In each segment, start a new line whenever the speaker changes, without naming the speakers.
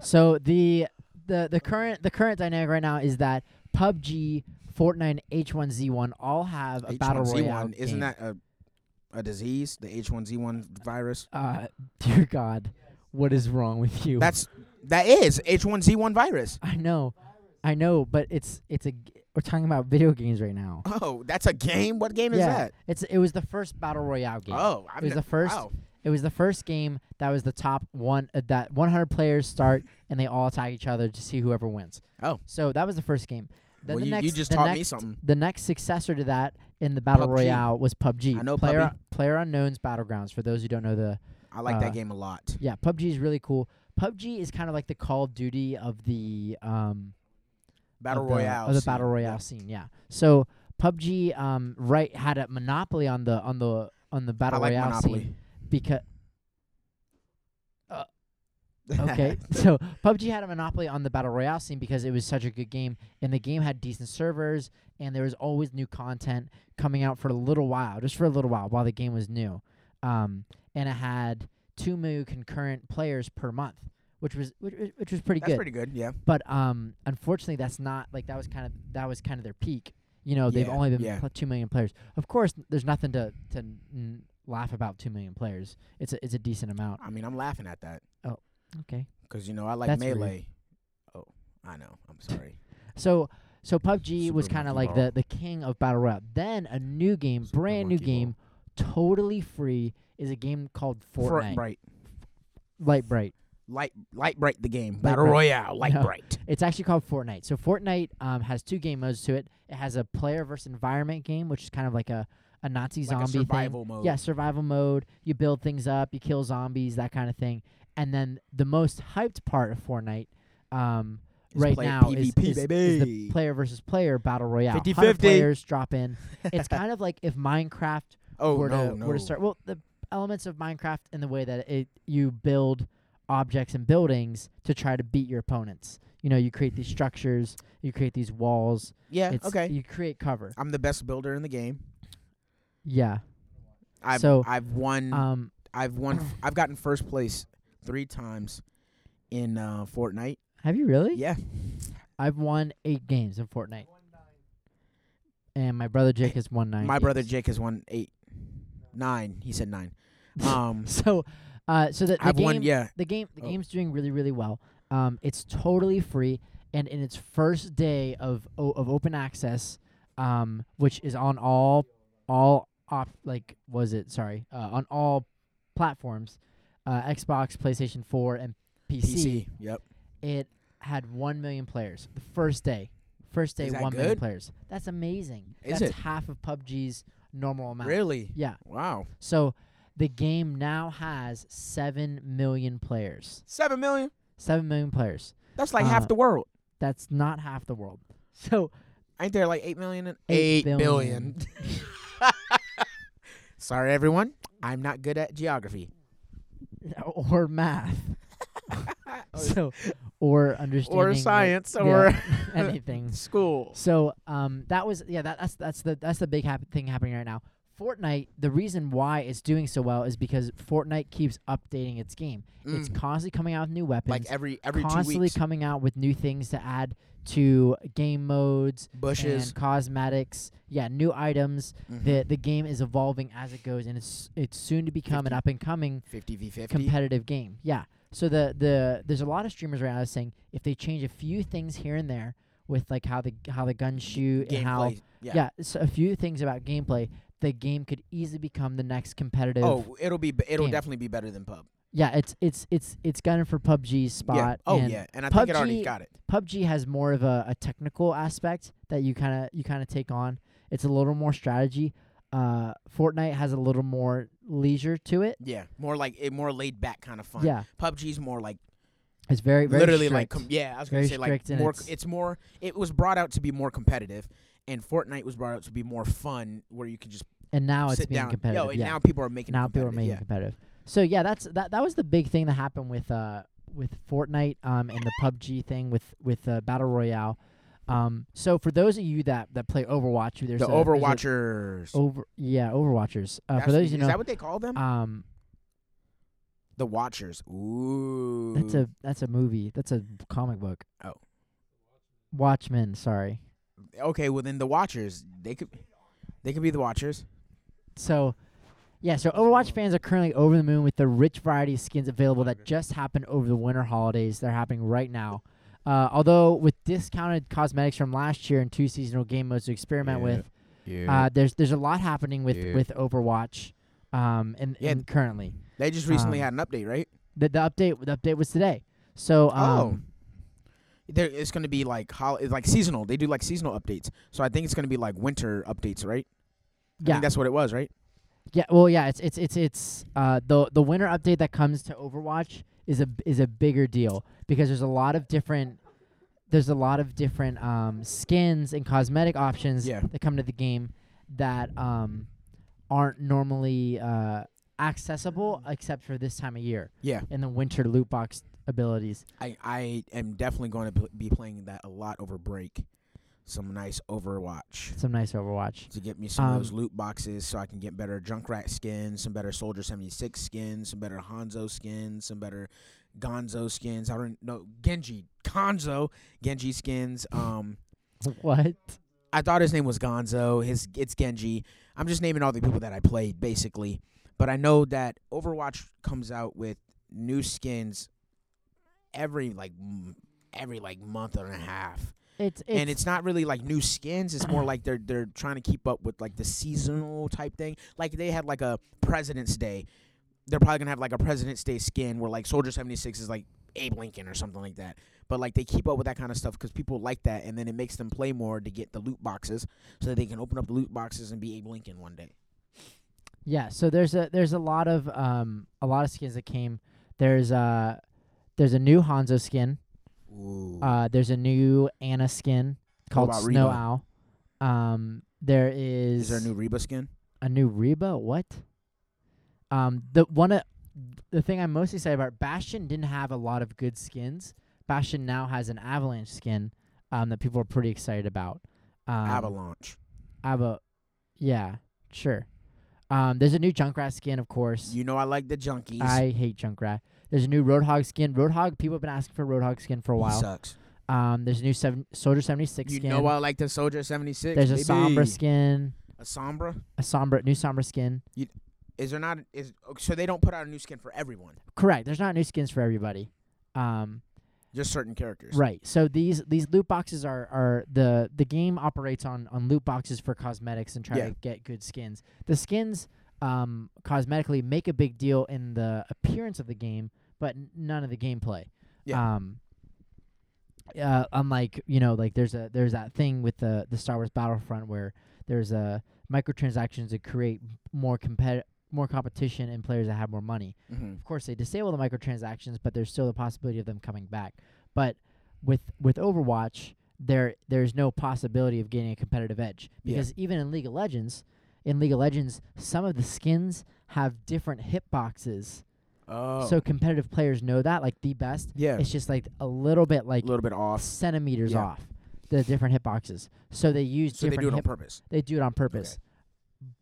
So the the the current the current dynamic right now is that PUBG, Fortnite, and H1Z1 all have a battle royale.
H1Z1 isn't
game.
that a a disease? The H1Z1 virus.
Uh, dear God, what is wrong with you?
That's that is H1Z1 virus.
I know, I know, but it's it's a g- we're talking about video games right now.
Oh, that's a game. What game is
yeah,
that?
it's it was the first battle royale game.
Oh, I've
it was
ne-
the first.
wow.
It was the first game that was the top one uh, that 100 players start and they all attack each other to see whoever wins.
Oh.
so that was the first game. Then
Well,
the
you- you
next,
just
the
taught me
next-
something.
The next successor to that in the battle
PUBG.
royale was PUBG.
I know
player player unknown's battlegrounds. For those who don't know the
I like
uh,
that game a lot.
yeah, PUBG is really cool. PUBG is kind of like the Call of Duty of the um
Battle
of the,
Royale.
of the
scene.
battle royale scene. Yeah. So PUBG um right had a monopoly on the on the on the
I
battle
like
royale
Monopoly.
scene because okay, so PUBG had a monopoly on the battle royale scene because it was such a good game, and the game had decent servers, and there was always new content coming out for a little while, just for a little while, while the game was new, um, and it had two million concurrent players per month, which was which, which- which was pretty
that's
good.
pretty good. Yeah.
but um, unfortunately, that's not like that was kind of that was kind of their peak. You know, they've
Yeah,
only been
yeah.
pl- two million players. Of course, there's nothing to to n- laugh about two million players. It's a it's a decent amount.
I mean, I'm laughing at that
Oh, Okay.
because you know I like
That's rude.
melee. Oh, I know. I'm sorry.
So so PUBG was
Super
kind of
Monkey
like
Ball.
the, the king of battle royale. Then a new game,
Super
brand new
Monkey Ball.
game, totally free, is a game called
Fort
Fortnite.
bright,
Light bright.
light, light bright. The game battle
Bright.
royale. Light
No.
bright.
It's actually called Fortnite. So Fortnite um, has two game modes to it. It has a player versus environment game, which is kind of like a a Nazi
like a
zombie thing.
survival mode.
Yeah, survival mode. You build things up, you kill zombies, that kind of thing. And then the most hyped part of Fortnite um,
It's
right
play
now is-
PvP,
is, is, the
baby.
player versus player battle royale. 100
50-50.
players drop in. It's kind of like if Minecraft
Oh
were,
no,
to,
no.
were to start. Well, the elements of Minecraft in the way that it you build objects and buildings to try to beat your opponents. You know, you create these structures, you create these walls.
Yeah.
it's,
okay.
You create cover.
I'm the best builder in the game.
Yeah.
I've
So,
I've won.
Um.
I've won. I've gotten first place three times in uh, Fortnite.
Have you really?
Yeah.
I've won eight games in Fortnite. And my brother Jake has won nine.
My brother
games.
Jake has won eight, nine. He said nine. Um,
So, uh, so the, the
I've
game,
won. Yeah.
the game, the
Oh.
game's doing really, really well. Um, it's totally free, and in its first day of o- of open access, um, which is on all all op like was it sorry uh, on all platforms, uh, Xbox, PlayStation Four, and
PC. Yep.
it had one million players the first day. First day,
Is that
one million
good?
players. That's amazing.
Is
That's
it?
half of PUBG's normal amount.
Really?
Yeah.
Wow.
So the game now has seven million players.
Seven million.
Seven million players.
That's like
Uh,
half the world.
That's not half the world. So
Ain't there like eight million? and-
Eight
Eight billion. Sorry, everyone. I'm not good at geography.
or math.
Or-
so or understanding
Oh, or
like,
science
yeah,
or
anything.
school.
So um, that was yeah that, that's that's the that's the big hap- thing happening right now. Fortnite. The reason why it's doing so well is because Fortnite keeps updating its game. It's
Mm.
constantly coming out with new weapons.
like every every two
constantly
weeks.
coming out with new things to add to game modes
Bushes.
and cosmetics. Yeah, new items.
Mhm.
The the game is evolving as it goes, and it's it's soon to become an up and coming
50 v 50.
competitive game. Yeah. So the the there's a lot of streamers right now that's saying if they change a few things here and there with like how the how the guns shoot and how
Gameplay. Yeah.
so a few things about gameplay, the game could easily become the next competitive.
Oh, it'll be b- it'll
game.
definitely be better than pub.
Yeah, it's it's it's it's gunning for PUBG's spot.
yeah. Oh
and
yeah, and I think it
PUBG
already got it.
PUBG has more of a, a technical aspect that you kind of you kind of take on. It's a little more strategy. Uh, Fortnite has a little more leisure to it.
Yeah, more like it more laid back kind of fun.
Yeah,
PUBG's more like
it's very very
literally
strict.
like com- yeah, I was gonna
Very
say
strict
like
and
more.
it's-
It's, more. It was brought out to be more competitive, and Fortnite was brought out to be more fun, where you could just
and now it's
sit
being
down.
competitive.
Yo, and
yeah.
now people are making. it
now people are
competitive,
making it competitive. So yeah, that's that. That was the big thing that happened with uh with Fortnite um and the PUBG thing with with uh, battle royale. Um, so for those of you that that play Overwatch,
Yeah.
there's
The
a, there's a
Overwatchers.
over yeah Overwatchers. Oh, Uh,
That's-
for those who uh,
is
know,
that what they call them?
um,
The Watchers. Ooh.
That's a that's a movie. That's a comic book.
Oh.
Watchmen. Sorry.
okay. Well, then the Watchers. They could, they could be the Watchers.
So, yeah. So Overwatch fans are currently over the moon with the rich variety of skins available that just happened over the winter holidays. They're happening right now. Uh, although with discounted cosmetics from last year and two seasonal game modes to experiment
Yeah.
with,
Yeah.
uh, there's there's a lot happening with
Yeah.
with Overwatch, um, and,
Yeah.
and currently
they just recently
um,
had an update, right?
the the update the update was today. So
Oh.
um,
There, it's going to be like hol- it's like seasonal. They do like seasonal updates. So I think it's going to be like winter updates, right? I
yeah,
think that's what it was, right?
yeah, well, yeah, it's it's it's it's uh, the the winter update that comes to Overwatch is a is a bigger deal because there's a lot of different there's a lot of different um, skins and cosmetic options
Yeah.
that come to the game that um, aren't normally uh, accessible except for this time of year
Yeah.
and the winter loot box abilities.
I, I am definitely going to be playing that a lot over break. Some nice Overwatch
Some nice Overwatch.
to get me some of those
Um,
loot boxes so I can get better Junkrat skins, some better Soldier 76 skins, some better Hanzo skins, some better Gonzo skins. I don't know Genji, Gonzo, Genji skins. Um
What?
I thought his name was Gonzo. His it's Genji. I'm just naming all the people that I played basically, but I know that Overwatch comes out with new skins every like m- every like month and a half,
It's, it's
and it's not really like new skins. It's more like they're they're trying to keep up with like the seasonal type thing. Like they had like a President's Day. They're probably gonna have like a President's Day skin where like Soldier 76 is like Abe Lincoln or something like that. But like they keep up with that kind of stuff because people like that, and then it makes them play more to get the loot boxes so that they can open up the loot boxes and be Abe Lincoln one day.
Yeah, so there's a there's a lot of um a lot of skins that came. There's uh there's a new Hanzo skin.
Ooh.
Uh there's a new Anna skin called
about
Snow
Reba?
Owl. Um there is
is there a new Reba skin?
a new Reba, what? Um the one uh, the thing I'm most excited about, Bastion didn't have a lot of good skins. Bastion now has an Avalanche skin um that people are pretty excited about. Um,
Avalanche.
Ava yeah, sure. Um there's a new Junkrat skin, of course.
You know I like the junkies.
I hate Junkrat. There's a new Roadhog skin. Roadhog. People have been asking for Roadhog skin for a
He
while.
sucks.
Um, there's a new seven, Soldier 76
You
skin.
know I like the Soldier 76.
there's a
baby.
Sombra skin.
A Sombra?
A Sombra new Sombra skin.
Is there not is so they don't put out a new skin for everyone,
Correct. There's not new skins for everybody. Um,
just certain characters.
right. So these these loot boxes are are the the game operates on on loot boxes for cosmetics and try
Yeah.
to get good skins. The skins um cosmetically make a big deal in the appearance of the game, but n- none of the gameplay.
Yeah.
Um, uh, unlike you know, like there's a there's that thing with the the Star Wars Battlefront where there's a microtransactions to create more compet more competition and players that have more money.
hmm
Of course, they disable the microtransactions, but there's still the possibility of them coming back. But with with Overwatch, there there's no possibility of getting a competitive edge
Yeah.
because even in League of Legends, in League of Legends, some of the skins have different hitboxes.
Oh,
So competitive players know that, like the best
yeah,
it's just like a little bit like
a little bit off.
centimeters
Yeah.
off the different hitboxes. So they use
So they
different
do it on
hip-
purpose.
they do it on purpose.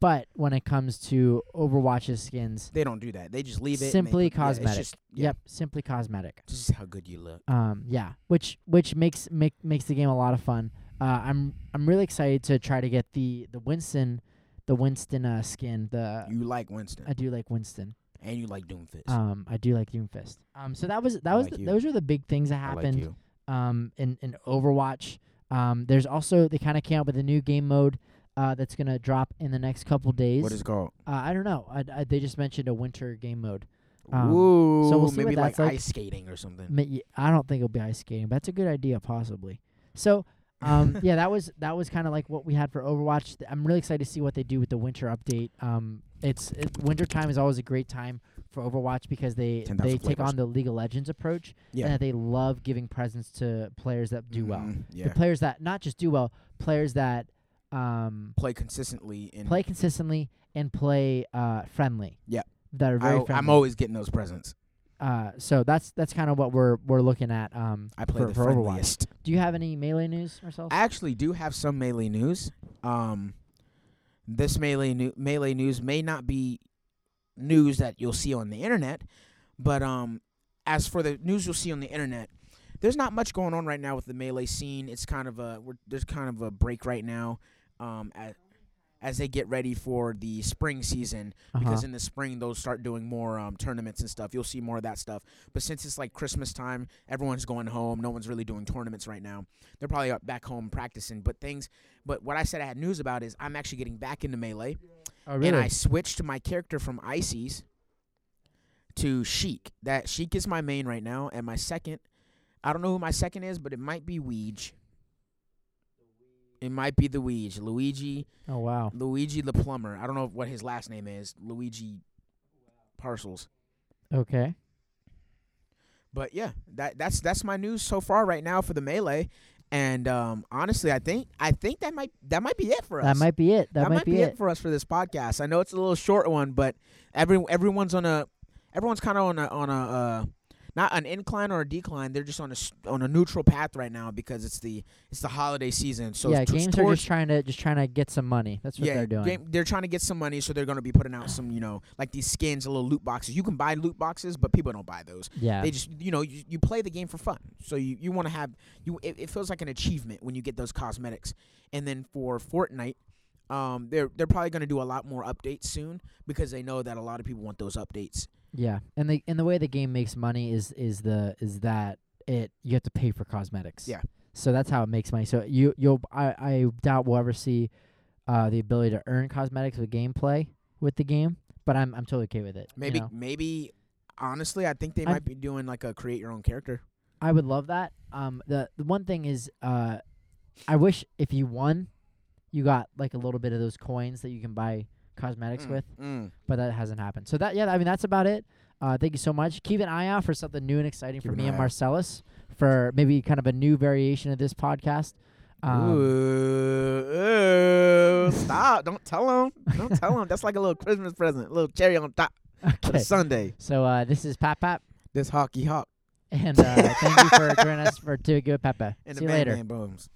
But when it comes to Overwatch's skins,
They don't do that. They just leave it and they
Simply
put- yeah, it's
cosmetic.
just- yeah,
yep, simply cosmetic.
This is how good you look.
Um, yeah, which which makes make, makes the game a lot of fun. Uh, I'm I'm really excited to try to get the the Winston the Winston uh, skin. The
You like Winston
I do like Winston.
and you like Doomfist.
Um, I do like Doomfist. Um, so that was that
I
was
like
the,
you.
those are the big things that
I
happened.
like you.
um, in, in Overwatch. Um, there's also they kind of came up with a new game mode uh, that's gonna drop in the next couple days.
What is it called?
uh, I don't know. I, I, they just mentioned a winter game mode. Um,
Ooh,
so we'll see what
maybe
that's like. Mm,
ice skating or something.
Ma- y- I don't think it'll be ice skating, but that's a good idea possibly. So um, yeah, that was that was kind of like what we had for Overwatch. Th- I'm really excited to see what they do with the winter update. Um, it's it, winter time is always a great time for Overwatch because they
10,000
they take
flavors.
on the League of Legends approach
Yeah.
and that they love giving presents to players that do well.
Mhm, Yeah,
the players that not just do well, players that um,
play consistently and
play consistently and play uh, friendly.
Yeah.
that are
I,
very
al-
friendly.
I'm always getting those presents.
uh, so that's that's kind of what we're we're looking at. Um,
I play
for,
the
for Overwatch.
friendliest.
Do you have any melee news, Marcel?
I actually do have some melee news. Um, this melee new melee news may not be news that you'll see on the internet, But um, as for the news you'll see on the internet, there's not much going on right now with the melee scene. It's kind of a we're, there's kind of a break right now, um, as, as they get ready for the spring season
Uh-huh.
because in the spring they'll start doing more um, tournaments and stuff. You'll see more of that stuff. But since it's like Christmas time, everyone's going home. No one's really doing tournaments right now. They're probably up back home practicing. But things. But what I said I had news about is I'm actually getting back into melee,
Oh, really?
and I switched my character from Ices to Sheik. That Sheik is my main right now, and my second. I don't know who my second is, but it might be Weege. It might be the Weege, Luigi.
oh wow.
Luigi the plumber. I don't know what his last name is. Luigi Parcels.
Okay.
But yeah, that that's that's my news so far right now for the melee. And um, honestly, I think I think that might that might be it for us.
That might be it. That,
That might be it. for us for this podcast. I know it's a little short one, but every everyone's on a everyone's kind of on a on a uh, not an incline or a decline. They're just on a s- on a neutral path right now because it's the it's the holiday season. So
yeah,
it's
games are
towards-
just trying to just trying to get some money. That's what they're doing.
game- they're trying to get some money, so they're going to be putting out some, you know, like these skins, little loot boxes. You can buy loot boxes, but people don't buy those.
yeah.
They just, you know, you, you play the game for fun. So you, you want to have you. It, it feels like an achievement when you get those cosmetics. And then for Fortnite, um, they're they're probably going to do a lot more updates soon because they know that a lot of people want those updates.
yeah. And the and the way the game makes money is is the is that it you have to pay for cosmetics.
Yeah.
So that's how it makes money. So you you'll I, I doubt we'll ever see uh the ability to earn cosmetics with gameplay with the game, but I'm I'm totally okay with it. you
Maybe
know?
maybe honestly, I think they
I'm-
might be doing like a create your own character.
I would love that. Um, the the one thing is, uh, I wish if you won, you got like a little bit of those coins that you can buy cosmetics
Mm,
with,
mm.
but that hasn't happened. So that yeah, I mean that's about it. Uh, thank you so much. Keep an eye out for something new and exciting
Keep
for
an
me
eye
and
out.
Marcellus for maybe kind of a new variation of this podcast. Um,
ooh, ooh, stop! Don't tell him. Don't tell him. That's like a little Christmas present, a little cherry on top for the
okay.
Sunday.
So uh, this is Pat Pat,
This hockey hawk
and uh, thank you for joining us for doing good, Pepe.
and
See
the
you
man
later.
man booms.